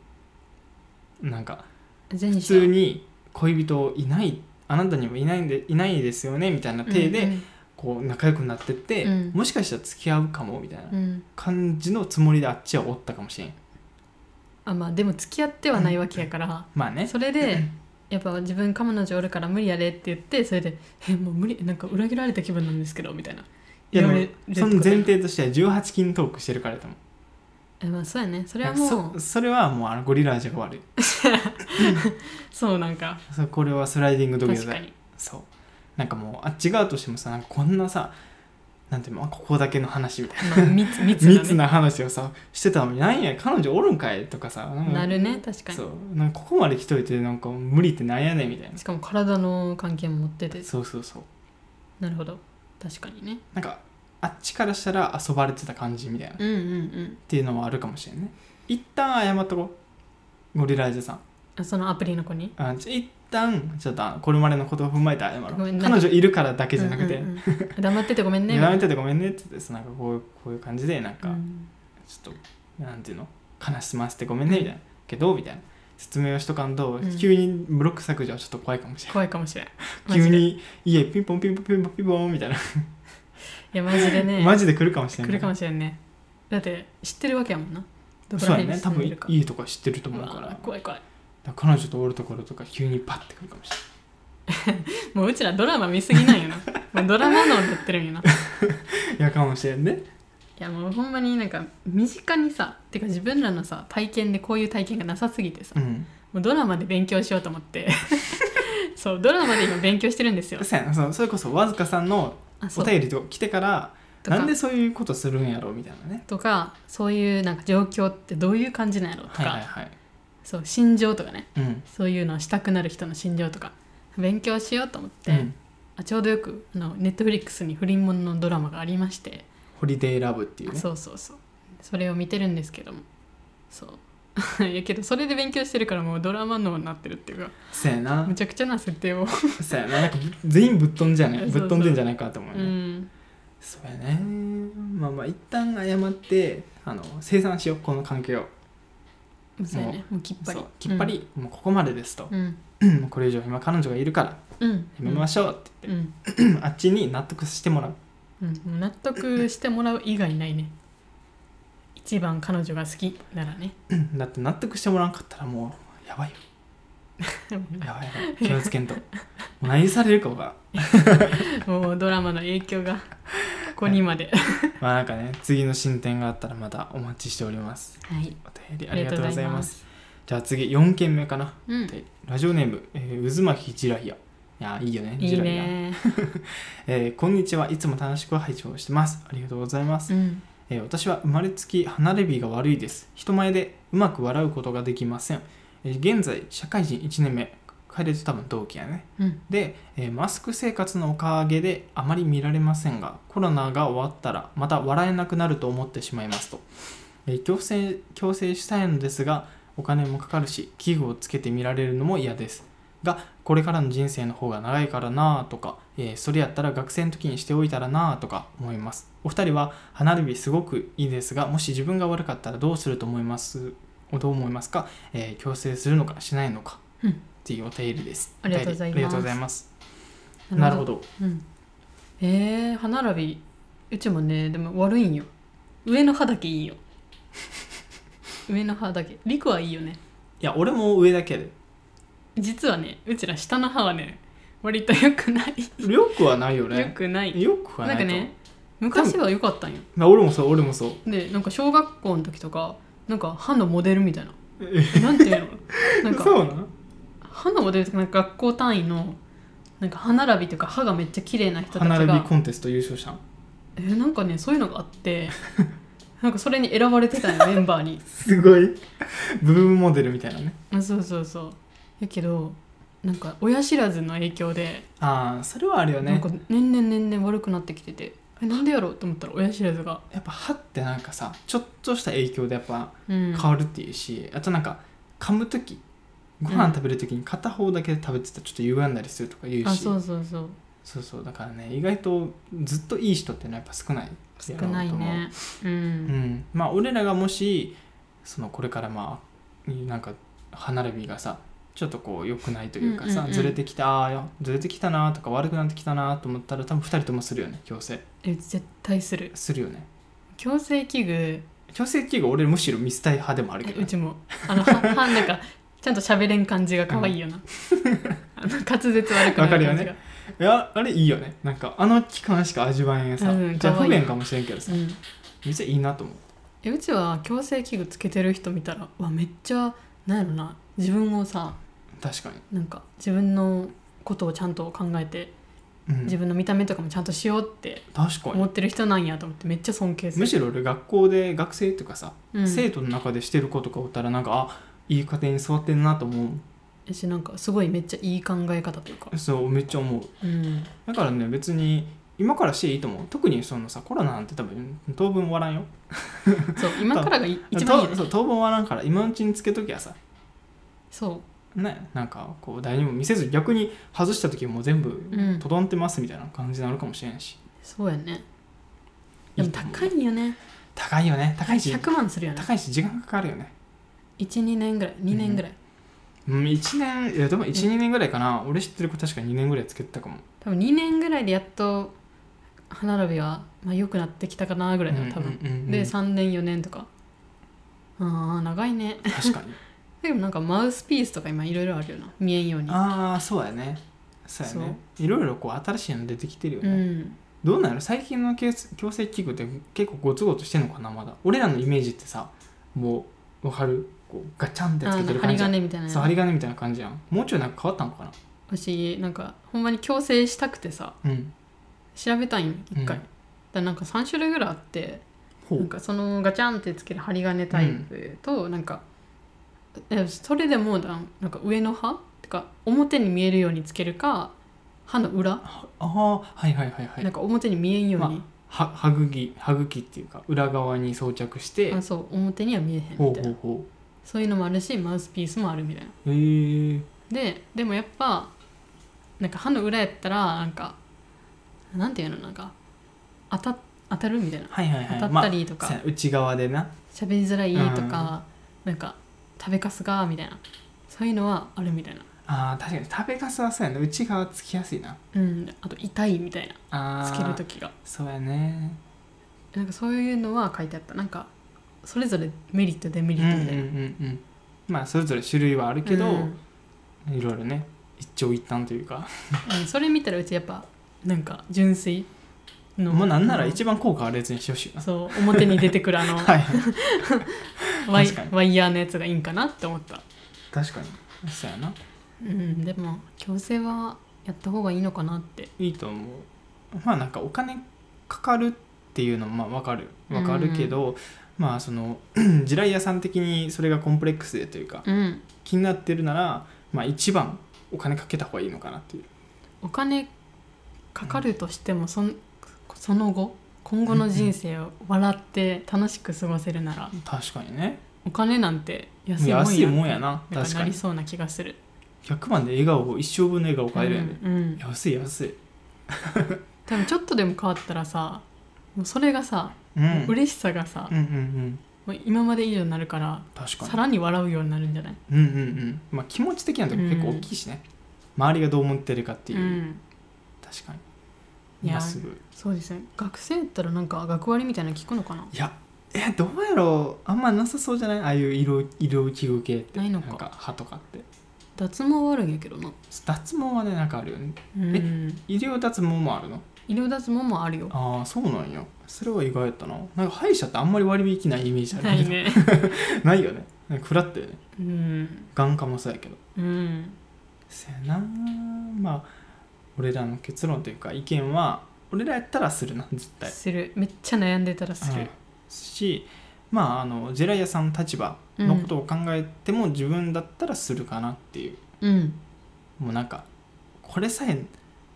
S1: なんか
S2: 前
S1: 普通に恋人いないあなたにもいないんでいないですよねみたいな体で、こう仲良くなってって、
S2: うん
S1: もしかしたら付き合うかもみたいな
S2: うんうんうん
S1: 感じのつもりであっちはおったかもしれん
S2: あまあでも付き合ってはないわけやから、
S1: まあね
S2: それでやっぱ自分彼女おるから無理やれって言ってそれで「えもう無理なんか裏切られた気分なんですけど」みたいない
S1: やでも
S2: 言われる
S1: その前提としては18金トークしてるからだと思う
S2: えまあそうやねそれはもう
S1: そそれはもうあのゴリラ味が悪い
S2: そうなんか
S1: そうこれはスライディング土下
S2: 確
S1: 座
S2: かに
S1: そうなんかもうあっち側としてもさなんかこんなさなんていうのここだけの話みたいな
S2: まあ密密だね
S1: 密な話をさしてたのになんや彼女おるんかいとかさなんか
S2: なるね確かに
S1: そうなんかここまで来といてなんか無理ってなんやねんみたいな
S2: しかも体の関係も持ってて
S1: そうそうそう
S2: なるほど確かにね
S1: なんかあっちからしたら遊ばれてた感じみたいな、っ
S2: うんうんうん
S1: ていうのもあるかもしれんね一旦謝っとこうゴリラージュさん
S2: あそのアプリの子に
S1: あちょ一旦ちょっとあのこれまでのことを踏まえて謝ろ
S2: ごめん
S1: う
S2: なん
S1: 彼
S2: か
S1: 女いるからだけじゃなくて
S2: うんうんうん黙っててごめ
S1: 「
S2: んね
S1: やめててごめんね」って言ってなんかこうこういう感じでなん
S2: う
S1: か
S2: ん
S1: ちょっとなんていうの悲しませてごめんねみたいなけどみたいな説明をしとかんと
S2: うん
S1: 急にブロック削除はちょっと怖いかもしれ
S2: 怖いかもしれんマ
S1: ない
S2: ジ
S1: 急
S2: でい
S1: に家ピンポンピンポンピンポンピンポンみたいな
S2: やマジでね
S1: マジで来るかもしれ
S2: 来
S1: ない
S2: るかもしれんねだって知ってるわけやもんなどこ
S1: そ
S2: ら
S1: うや
S2: 辺に
S1: ね
S2: 住
S1: 多
S2: ん
S1: 分
S2: でるか
S1: いいとこ知ってると思うから
S2: うわー怖い怖い
S1: だから彼女とおるところとか急にパッてくるかもしれない
S2: もううちらドラマ見すぎなんよなもうドラマのやってるんよない
S1: いやかもしれんね
S2: やもうほんまになんか身近にさてか自分らのさ体験でこういう体験がなさすぎてさ
S1: うん
S2: もうドラマで勉強しようと思って そうドラマで今勉強してるんですよ
S1: そうやなそうそれこそわずかさんの
S2: あそ
S1: お
S2: う
S1: 便りとか来てから
S2: とか
S1: なんでそういうことするんやろうみたいなね
S2: とかそういうなんか状況ってどういう感じなんやろとか、
S1: はいはいはい
S2: そう心情とかね
S1: うん
S2: そういうのをしたくなる人の心情とか勉強しようと思って、
S1: うん
S2: あちょうどよくあのネットフリックスに不倫もののドラマがありまして、
S1: ホリデーラブっていうね
S2: そうそうそうそれを見てるんですけどもそういやけどそれで勉強してるからもうドラマ脳になってるっていうか
S1: そうやな
S2: むちゃくちゃな設定を
S1: そうやななんか全員ぶっ飛んじゃない
S2: そうそう
S1: ぶっ飛んでんじゃないかと思う
S2: う
S1: ね
S2: ん
S1: そうやねまあまあ一旦謝ってあの清算しようこの関係を
S2: そうやねもうきっぱり
S1: そうきっぱりもうここまでですと
S2: うん
S1: もうこれ以上今彼女がいるからや
S2: うん
S1: めましょうって
S2: うんうん
S1: あっちに納得してもらう
S2: うんもう納得してもらう以外ないね一番彼女が好きならね
S1: だって納得してもらわんかったらもうやばい よやばいやばい気をつけんともう何されるか分からん
S2: もうドラマの影響がここにまで
S1: まあなんかね次の進展があったらまたお待ちしております
S2: はい
S1: お便り
S2: あ
S1: あ
S2: り
S1: り
S2: が
S1: がとう
S2: とうご
S1: ご
S2: ざ
S1: ざ
S2: い
S1: い
S2: ま
S1: ますすじゃあ次4件目かな、
S2: うん
S1: でラジオネーム、えー、渦巻きジライヤいやいいよね
S2: い
S1: ジ
S2: い
S1: ライヤ
S2: ね
S1: えーこんにちはいつも楽しく拝聴してますありがとうございます、
S2: うん
S1: えー私は生まれつき離れ日が悪いです人前でうまく笑うことができません、えー現在社会人1年目彼と多分同期やね
S2: うん
S1: で、えーマスク生活のおかげであまり見られませんがコロナが終わったらまた笑えなくなると思ってしまいますと、えー強制強制したいのですがお金もかかるし器具をつけて見られるのも嫌ですがこれからの人生の方が長いからなあとか、えーそれやったら学生の時にしておいたらなあとか思いますお二人は花火すごくいいですがもし自分が悪かったらどうすると思いますどう思いますか、えー強制するのかしないのか、
S2: うん
S1: っていうお手入れです
S2: ありがとうござ
S1: お便り
S2: います
S1: ありがとうございますなるほど。
S2: うん、えー、歯並びうちもねでも悪い んよ上の歯だけいいよ上の歯だけリクはいいよね
S1: いや俺も上だけど
S2: 実はねうちら下の歯はね割と良くない
S1: よくはないよ
S2: 良
S1: ね
S2: くない
S1: よくは
S2: な
S1: ない
S2: ん
S1: と
S2: かね昔は良かったんよ
S1: まあ俺もそう俺もそう
S2: でなんか小学校の時とかなんか歯のモデルみたいななん ていうのなんか
S1: そうなん
S2: 歯のモデルとかなんか学校単位のなんか歯並びとか歯がめっちゃ綺麗な人たち
S1: 歯並び
S2: が
S1: コンテスト優勝したん
S2: えーなんかねそういうのがあって なんかそれに選ばれて たよメンバーに
S1: すごいブームモデルみたいなね
S2: あそうそうそうやけどなんか親知らずの影響で、
S1: ああそれはあるよ
S2: なん
S1: ね
S2: か年々年々悪くなってきててえなんでやろうと思ったら親知らずが、
S1: やっぱ歯ってなんかさちょっとした影響でやっぱ
S2: うん、
S1: 変わるっていうし、あとなんか噛む時ご飯食べる時に片方だけ食べてたらちょっと歪んだりするとか言う
S2: あ
S1: し、
S2: そうそうそう
S1: そうそうだからね意外とずっといい人ってのはやっぱ少ない
S2: 少ないねう、
S1: うんんまあ俺らがもしそのこれからまあなんか歯並びがさちょっとこう良くないというかさ、
S2: うんうんうん
S1: ずれてきたあーずれてきたなとか悪くなってきたなと思ったら多分2人ともするよね矯正
S2: え絶対する
S1: するよね
S2: 矯正器具
S1: 矯正器具俺むしろ見せたい派でもあるけ
S2: え
S1: ど
S2: う
S1: ね、
S2: ちもあのは はなんかちゃんと喋れん感じが可愛いよな、あの滑舌悪くな
S1: わか
S2: る
S1: るよ
S2: 感じ
S1: ね
S2: が、
S1: いやあれいいよねなんかあの期間しか味わえんさ、
S2: うん
S1: じゃあ
S2: 可愛
S1: 不
S2: い
S1: 便かもしれんけどさ
S2: うん、
S1: めっちゃいいなと思う
S2: えうちは矯正器具つけてる人見たらうわめっちゃなんやろな自分をさ
S1: 確かに、
S2: なんか自分のことをちゃんと考えて
S1: うん、
S2: 自分の見た目とかもちゃんとしようって
S1: 確か
S2: 思
S1: に
S2: ってる人なんやと思ってめっちゃ尊敬する
S1: むしろ俺学校で学生とかさ、
S2: うん
S1: 生徒の中でしてる子とかおったらなんかあいい家庭に育ってんなと思
S2: やしなんかすごいめっちゃいい考え方というか
S1: うそうめっちゃ思う
S2: うん
S1: だからね別に今からしていいと思う特にそのさコロナなんて多分当分終わらんよ
S2: そう今からがい一番いい
S1: と
S2: ね
S1: そう当分終わらんから今のうちにつけときゃさ
S2: そ
S1: ねなんかこう誰にも見せず逆に外した時もう全部
S2: うん
S1: とどんってますみたいな感じになるかもしれんし、
S2: うそうやねでも
S1: いいと思う
S2: 高いよね
S1: 高いよね高いし
S2: 100万するよね
S1: 高いし時間かかるよね
S2: 12年ぐらい2年ぐらい、
S1: うん1年いやでも12年ぐらいかな俺知ってる子確か2年ぐらいつけてたかも
S2: 多分2年ぐらいでやっと歯並びは、まあ、良くなってきたかなぐらいだよ多分、
S1: うんうんうんうん
S2: で3年4年とかあー長いね
S1: 確かに
S2: でもなんかマウスピースとか今いろいろあるよな見えんように
S1: ああそうやねそうやねいろいろこう新しいの出てきてるよ
S2: う
S1: ね、
S2: ん
S1: どうなの最近の矯正矯正器具って結構ゴツゴツしてんのかなまだ俺らのイメージってさもうわかるこうガチャンって
S2: あ
S1: つけて
S2: の
S1: る感
S2: 針
S1: じやん
S2: 金みたいな
S1: そう針金みたいな感じやんもうちょいなんか変わったのかな
S2: 私なんかほんまに矯正したくてさ
S1: うん
S2: 調べたいん
S1: う
S2: 一回、
S1: ん
S2: だからなんか3種類ぐらいあって
S1: ほ
S2: なんかそのガチャンってつける針金タイプと、なんかえそれでもうなんなんか上の歯てか表に見えるようにつけるか歯の裏、
S1: ああはいはいはいは
S2: ないんか表に見えんように、
S1: は歯茎歯茎っていうか裏側に装着して
S2: あ、そう表には見えへんみたい
S1: ほ
S2: な
S1: うほうほ
S2: そういうのもあるしマウスピースもあるみたいな
S1: うへえー、
S2: ででもやっぱなんか歯の裏やったらなんかなんていうのなんか当た当たるみたいな
S1: はいはいはい
S2: 当たったりと
S1: まあ
S2: か
S1: そうや内側でな
S2: 喋りづらいとか、なんか食べかすがみたいなそういうのはあるみたいな
S1: あー確かに食べかすはそうやね内側つきやすいな
S2: うんあと痛いみたいな
S1: あー
S2: つける時が
S1: そうやね
S2: なんかそういうのは書いてあったなんかそれぞれメリットデメ
S1: うん
S2: リ
S1: うんうん
S2: ットみたいな、
S1: うんまあそれぞれ種類はあるけど、
S2: うん
S1: いろいろね一長一短という か
S2: うんそれ見たらうちやっぱなんか純粋の
S1: もうなんなら一番効果あるやつにしてほしいな
S2: そう表に出てくる あの、
S1: はい
S2: ワイ
S1: 確かに
S2: ワイヤーのやつがいいんかなって思った
S1: 確かにそうやな
S2: うんでも矯正はやった方がいいのかなって
S1: いいと思うまあなんかお金かかるっていうのもまあわかるわかるけど、まあその 地雷屋さん的にそれがコンプレックスでというか
S2: うん
S1: 気になってるならまあ一番お金かけた方がいいのかなっていう
S2: お金かかるとしてもそんその後今後の人生を笑って楽しく過ごせるなら
S1: 確かにね
S2: お金なんて安いもんや
S1: 安いもんやな
S2: な
S1: 確
S2: んか
S1: か
S2: なり
S1: に
S2: そうな気がする
S1: 100万で笑顔を一生分の笑顔を変えるやんね、
S2: うんうん
S1: 安い安い
S2: 多分ちょっとでも変わったらさもうそれがさ、
S1: うん
S2: もう嬉しさがさ
S1: うんうんうん
S2: もう今まで以上になるから
S1: 確かに
S2: さらに笑うようになるんじゃないっ
S1: うんうんうんまあ気持ち的なとこ結構大きいしね、周りがどう思ってるかっていう、
S2: ん、
S1: 確かに
S2: いや
S1: 今すぐ
S2: そうですね学生やったらなんか学割みたいなの聞くのかない
S1: やえどうやろうあんまなさそうじゃないああいう色色器具系って
S2: ないのか
S1: んか歯とかって
S2: 脱毛はあるんやけどな
S1: 脱毛はねなんかあるよね
S2: うん
S1: 医療脱毛もあるの
S2: 医療脱毛もあるよ
S1: ああそうなんやそれは意外やったななんか歯医者ってあんまり割引ないイメージあるけ
S2: な
S1: ど
S2: いね
S1: ないよねなんか食らったよね
S2: うん
S1: 眼科もそうやけど
S2: うん
S1: せやなまあ俺らの結論というか意見は俺らやったらするな絶対
S2: するめっちゃ悩んでたらす
S1: うん
S2: る
S1: しまああのジェライアさんの立場のことを考えても自分だったらするかなっていう、
S2: うん
S1: もうなんかこれさえ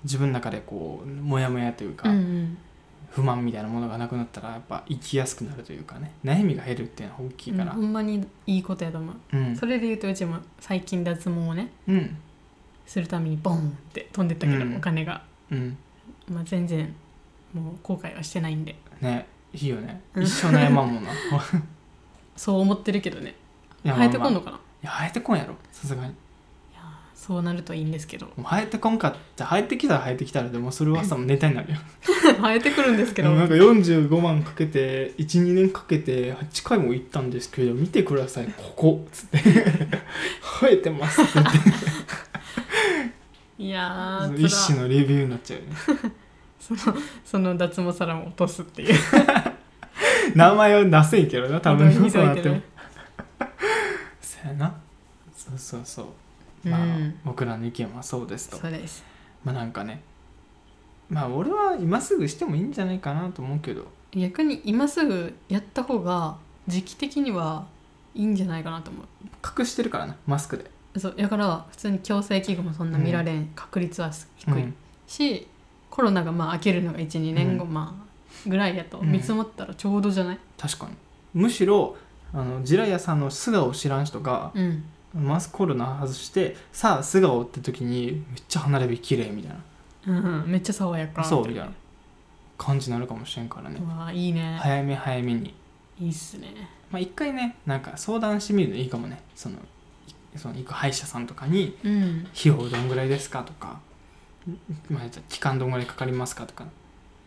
S1: 自分の中でこうモヤモヤというか、
S2: うんうん
S1: 不満みたいなものがなくなったらやっぱ生きやすくなるというかね悩みが減るっていうのは大きいから
S2: うんほんまにいいことやと思う
S1: うん
S2: それで言うとうちも最近脱毛をね
S1: うん
S2: するためにボンって飛んでったけ
S1: う
S2: ど、
S1: ん
S2: お金が、
S1: うん
S2: まあ、全然もう後悔はしてないんで
S1: ねいいよね
S2: うん
S1: 一生悩まん もんない
S2: そう思ってるけどね
S1: や
S2: 生えてこん
S1: まあまあ
S2: のかな、
S1: いや生えてこんやろさすがに
S2: そうなるといいんですけど
S1: もう生えてこんかって生えてきたら生えてきたらでもそれはさもうネタになるよ
S2: 生えてくるんですけど
S1: でもなんか45万かけて12年かけて8回も行ったんですけど見てくださいここつって生えてますって言って
S2: いや
S1: その
S2: ー
S1: 一
S2: つ
S1: 種
S2: ら
S1: のレビューになっちゃうよね
S2: その脱毛皿も落とすっていう
S1: 名前は出せんけどな多分
S2: ひ
S1: そ
S2: ど
S1: う
S2: い
S1: なっ
S2: け
S1: て
S2: ど
S1: も
S2: ね
S1: そやなそうそうそう
S2: う
S1: まあ、
S2: ん
S1: 僕らの意見はそうですと
S2: そうです
S1: まあなんかねまあ俺は今すぐしてもいいんじゃないかなと思うけど
S2: 逆に今すぐやった方が時期的にはいいんじゃないかなと思
S1: 隠してるからなマスクで
S2: うそうだから普通に矯正器具もそんな見られん、確率は低い、
S1: うん
S2: しコロナがまあ明けるのが12年後、まあぐらいやと
S1: うん
S2: 見積もったらちょうどじゃない、
S1: 確かにむしろあのジラヤさんの素顔を知らん人が
S2: うん、
S1: マスクコロナ外してさあ素顔って時にめっちゃ離れ火綺麗みたい
S2: うんうんめっちゃ爽やか
S1: なそうみたいな感じになるかもしれんからね
S2: うわいいね、
S1: 早め早めに
S2: い、いっすね
S1: まあ一回ねなんか相談してみるのいいかもねそのいその行く歯医者さんとかに
S2: うん
S1: 費用どんぐらいですかとか、まあ、期間どんぐらいかかりますかとか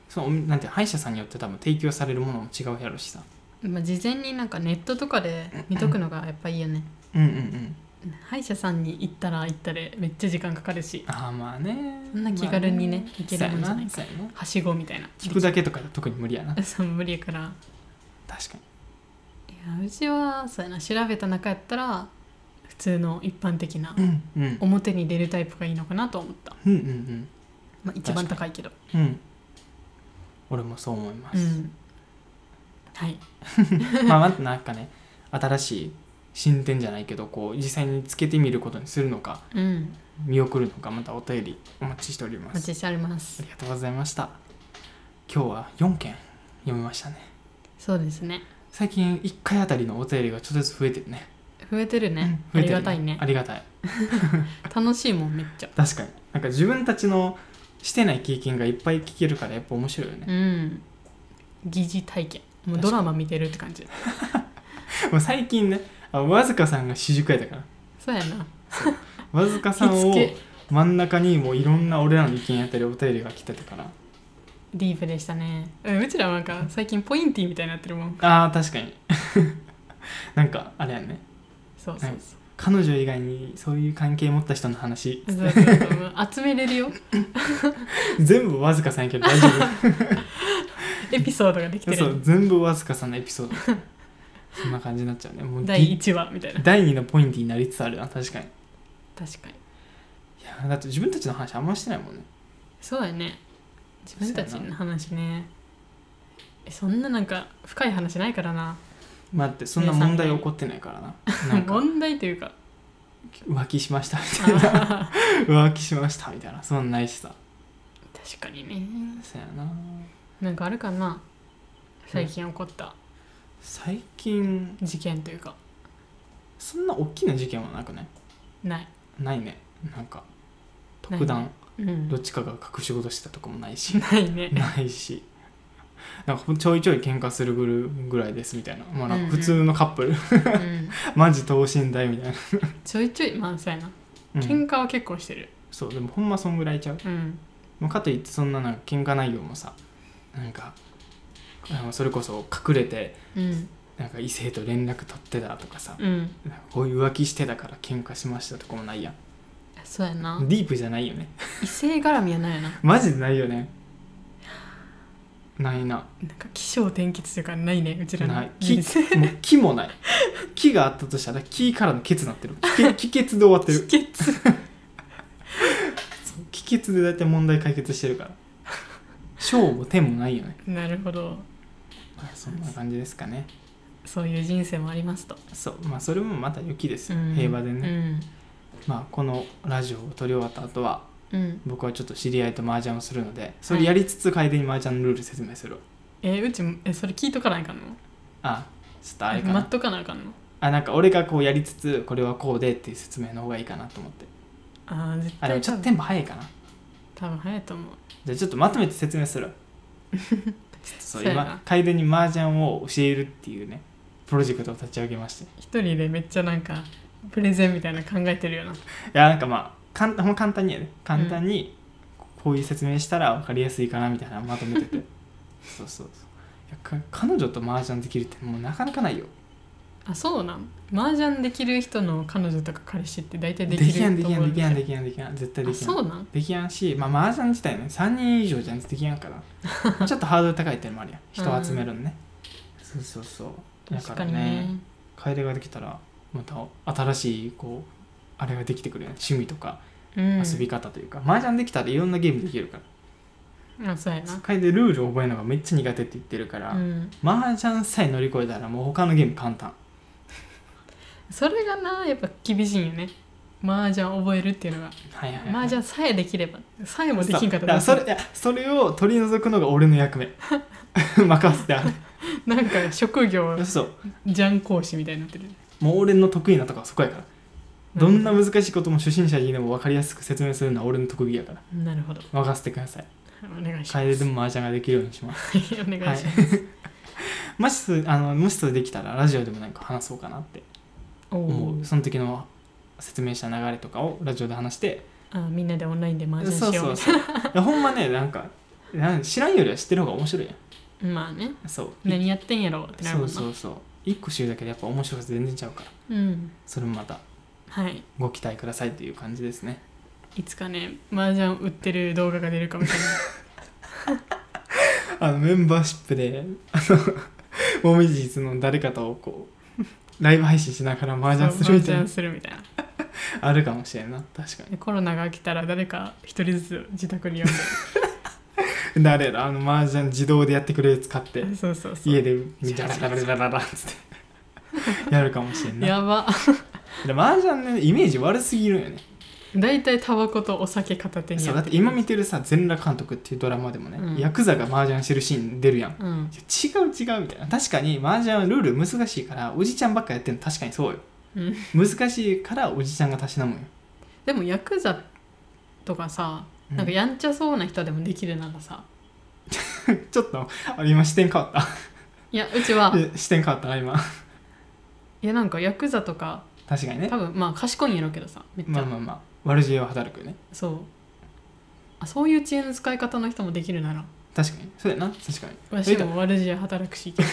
S1: そのなんていうの歯医者さんによって多分提供されるものも違うやろしさ
S2: まあ、事前になんかネットとかで見とくのがやっぱいいよね
S1: うんうんうん
S2: 歯医者さんに行ったら行ったでめっちゃ時間かかるし
S1: ああまあね
S2: そんな気軽にね行けるもんじゃない
S1: から
S2: はしごみたいな
S1: 聞くだけとかじゃ特に無理やな
S2: そう無理やからい
S1: 確か
S2: やうちはそうやな調べた中やったら普通の一般的な
S1: にうんうん
S2: 表に出るタイプがいいのかなと思った、
S1: うんうんうん
S2: まあ、一番高いけど
S1: うん、俺もそう思いま
S2: う
S1: す、
S2: んはい
S1: まあまたなんかね新しい進展じゃないけどこう実際につけてみることにするのか
S2: うん
S1: 見送るのかまたお便りお待ちしておりま
S2: お
S1: す
S2: 待ちしております
S1: ありがとうございました今日は4件読みましたね
S2: そうですね
S1: 最近1回あたりのお便りがちょっとずつ増えてるね
S2: 増えてるね、
S1: うん増え
S2: あり
S1: てる
S2: がたいね
S1: ありがたい
S2: 楽しいもんめっちゃ
S1: 確かになんか自分たちのしてない経験がいっぱい聞けるからやっぱ面白いよね
S2: う、ん疑似体験もうドラマ見てるって感じ
S1: もう最近ねあわずかさんが主軸やったから
S2: そうやな
S1: わずかさん
S2: 着
S1: を
S2: 付け
S1: 真ん中にもういろんな俺らの意見やったりお便りが来てたから
S2: ディープでしたねうんうちらはなんか最近ポインティーみたいになってるもん
S1: あー確かに なんかあれやね
S2: そうそう
S1: 彼女以外にそういう関係持った人の話
S2: そう,、そうそうそうもう集めれるよ
S1: 全部わずかさんやけど 大丈
S2: エピソードができて
S1: 夫そう
S2: る
S1: 全部わずかさんのエピソードそんな感じになっちゃうねもう
S2: 第
S1: ぎ
S2: 1話みたいな
S1: 第2のポイントになりつつあるな確かにい
S2: 確かに
S1: やだって自分たちの話あんましてないもんね
S2: そうやね自分たちの話ねえそんななんか深い話ないからな
S1: まあだってそんな問題起こってないから ななんか
S2: 問題とい うか
S1: 浮気しましたみたいな
S2: あ ー
S1: 浮気しましたみたいなそんなんないしさ
S2: 確かにね
S1: そやな
S2: なんかあるかな最近起こった
S1: 最近
S2: 事件というか
S1: そんな大きな事件はなくない
S2: ない
S1: ないねなんか
S2: ない
S1: 特段
S2: うん
S1: どっちかが隠し事してたとかもないし
S2: ないね
S1: ないしなんかちょいちょい喧嘩するぐるぐらいですみたいな,、まあ、なん
S2: うんう
S1: か
S2: ん
S1: 普通のカップル
S2: うん
S1: マジ等身大みたいな、
S2: ちょいちょいまあそうやな
S1: うん
S2: 喧嘩は結構してる
S1: そうでもほんまそんぐらいちゃう
S2: うん
S1: まあかといってそんななんか喧嘩内容もさなんかあのそれこそ隠れて
S2: うん
S1: なんか異性と連絡取ってたとかさ、
S2: うん
S1: なんかこういう浮気してたから喧嘩しましたとかもないやん
S2: そうやな
S1: ディープじゃないよね
S2: 異性絡みやないよな
S1: マジでないよねないな
S2: なんか起承転結というかないねうちらの
S1: ない木
S2: 人生
S1: もう木もない木があったとしたら木からのケツなってる 気気欠で終わってる
S2: 秘訣
S1: 気欠で大体問題解決してるから小も天もないよね
S2: なるほど
S1: まあそんな感じですかね
S2: そういう人生もありますと、
S1: そうまあそれもまた良きですよ、
S2: うん
S1: 平和でね、まあこのラジオを撮り終わった後は
S2: うん、うん、
S1: 僕はちょっと知り合いと麻雀をするのでそれやりつつ楓に麻雀のルール説明するわ
S2: えうちもえそれ聞いとかないかんの
S1: あちょっとあれか
S2: 待っ
S1: な
S2: とかなあかんの
S1: あなんか俺がこうやりつつこれはこうでっていう説明の方がいいかなと思って
S2: あー絶
S1: あでも
S2: 対
S1: ちょっ
S2: 多
S1: と
S2: 分
S1: テンポ早いかな
S2: 多分早いと思う
S1: じゃあちょっとまとめて説明するちょっと そう
S2: そうやな
S1: 今楓に麻雀を教えるっていうねプロジェクトを立ち上げましてい
S2: 一人でめっちゃなんかプレゼンみたいなの考えてるよな
S1: やなんかまあ簡単ほんま簡単にやね簡単にこういう説明したら分かりやすいかなみたいなのまとめてて そうそうそういやか彼女と麻雀できるってもうなかなかないよ
S2: あそうなん麻雀できる人の彼女とか彼氏って大体
S1: で
S2: で
S1: き
S2: き
S1: やん
S2: る
S1: で
S2: と
S1: きや
S2: 思うん
S1: できやんで
S2: き
S1: きやんできやん絶対できやん
S2: そうなん
S1: できやんし、まあ、麻雀自体ね3人以上じゃんとできやんから ちょっとハードル高いっていうのもあるやん人を集めるのね、そうそうそうだ
S2: 確
S1: から
S2: かに
S1: ね
S2: ね
S1: 楓ができたらまた新しいこうあれができてくるよね趣味とか
S2: うん
S1: 遊び方というか、麻雀できたらいろんなゲームできるか
S2: あそうや
S1: ら
S2: な
S1: 楓ルールを覚えるのがめっちゃ苦手って言ってるから、
S2: うん
S1: 麻雀さえ乗り越えたらもう他のゲーム簡単
S2: それがなやっぱ厳しいんよね麻雀覚えるっていうのが
S1: はいはい、はい、
S2: 麻雀さえできればさえもできんかった
S1: そうい
S2: ら
S1: やそれいやそれを取り除くのが俺の役 目任せてある
S2: なんか職業
S1: そう
S2: ジャン講師みたいになってる
S1: もう俺の得意なとこはそこやからどんな難しいことも初心者にでも分かりやすく説明するのは俺の特技やから
S2: なるほど
S1: 任せてください
S2: お願いしま
S1: 楓でも麻雀ができるようにします
S2: すお願いします、
S1: もしそあのもしそれできたらラジオでもなんか話そうかなって
S2: お
S1: 思
S2: お
S1: うその時の説明した流れとかをラジオで話して
S2: あみんなでオンラインで麻
S1: そ
S2: 雀
S1: う
S2: しよう
S1: そうそういやほんまねなんかなん知らんよりは知ってる方が面白いや
S2: まあね
S1: んそう
S2: 何やってんやろうってなる
S1: そ
S2: もん
S1: う
S2: な
S1: そうそう1個知るだけでやっぱ面白さ全然ちゃうから
S2: うん
S1: それもまた
S2: はい
S1: ご期待くださいという感じですね
S2: いつかね麻雀売ってる動画が出るかもしれない
S1: あのメンバーシップであのもみじつの誰かとこうライブ配信しながら 麻雀するみたい
S2: 麻
S1: な
S2: 雀するみたいな
S1: あるかもしれんな確か
S2: でコロナが明けたら誰か一人ずつ自宅に呼ん
S1: に誰だあの麻雀自動でやってくれるやつ買って
S2: でそうそうそう
S1: 家でダラダラダラダラっつって やるかもしれんな
S2: やば
S1: で麻雀ねイメージ悪すぎるよね
S2: 大体タバコとお酒片手に
S1: そう
S2: や
S1: だ
S2: っ
S1: ってて今見てるさ全裸監督っていうドラマでもね、
S2: うん
S1: ヤクザが麻雀してるシーン出るやんい
S2: う
S1: や
S2: ん
S1: 違う違うみたいな確かに麻雀はルール難しいからおじちゃんばっかやってんの確かにそうよ
S2: うん
S1: 難しいからおじちゃんがたしなむよ
S2: でもヤクザとかさなんかやんちゃそうな人でもできるならさ、
S1: ちょっとあ今視点変わ っ
S2: いやうちは
S1: たえ視点変わったな今
S2: いやなんかヤクザとか
S1: 確かにね
S2: 多分まあ賢いんやろうけどさめっちゃ、
S1: まあまあまあ悪知恵は働くよね
S2: そうあそういう知恵の使い方の人もできるなら
S1: 確かにそうやな確かに
S2: 私も悪事や働く し結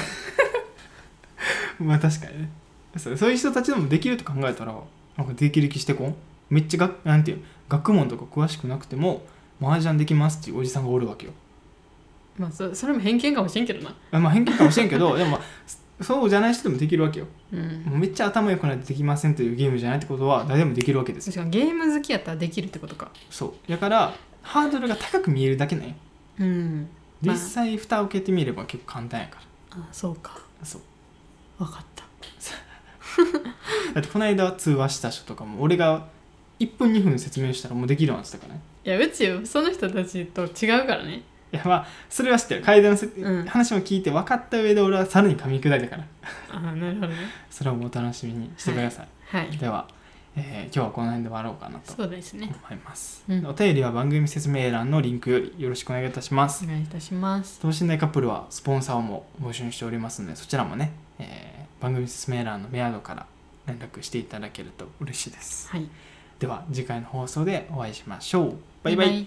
S2: 構
S1: まあ確かにねそうそういう人たちでもできると考えたらなんかできる気してこんめっちゃがなんていうの学問とか詳しくなくても麻雀できますっていうおじさんがおるわけよ
S2: まあそそれも偏見かもしれんけどな
S1: あまあ偏見かもしれんけど でもまあそうじゃない人でもできるわけよ
S2: うん
S1: もうめっちゃ頭良くないとできませんというゲームじゃないってことは誰でもできるわけですよ
S2: 確かにゲーム好きやったらできるってことか
S1: そうだからハードルが高く見えるだけなんよ
S2: うんまあ
S1: 実際蓋を開けてみれば結構簡単やから
S2: あそうか
S1: そう
S2: 分かった
S1: だってこの間通話した人とかも俺が1分2分説明したらもうできるわって言ったからね
S2: いやうちよその人たちと違うからね
S1: いやまあそれは知ってる階段のせ、
S2: うん
S1: 話も聞いて分かった上で俺はさらに噛み砕いたから
S2: あなるほどね
S1: それをお楽しみにしてください、
S2: はい
S1: では、えー今日はこの辺で終わろうかなと
S2: そうですね
S1: 思います、
S2: うん
S1: お便りは番組説明欄のリンクよりよろしくお願いいたします
S2: お願いいたします
S1: 等身大カップルはスポンサーも募集しておりますのでそちらもね、えー番組説明欄のメアドから連絡していただけると嬉しいです
S2: はい
S1: では次回の放送でお会いしましょうバイバイ
S2: イ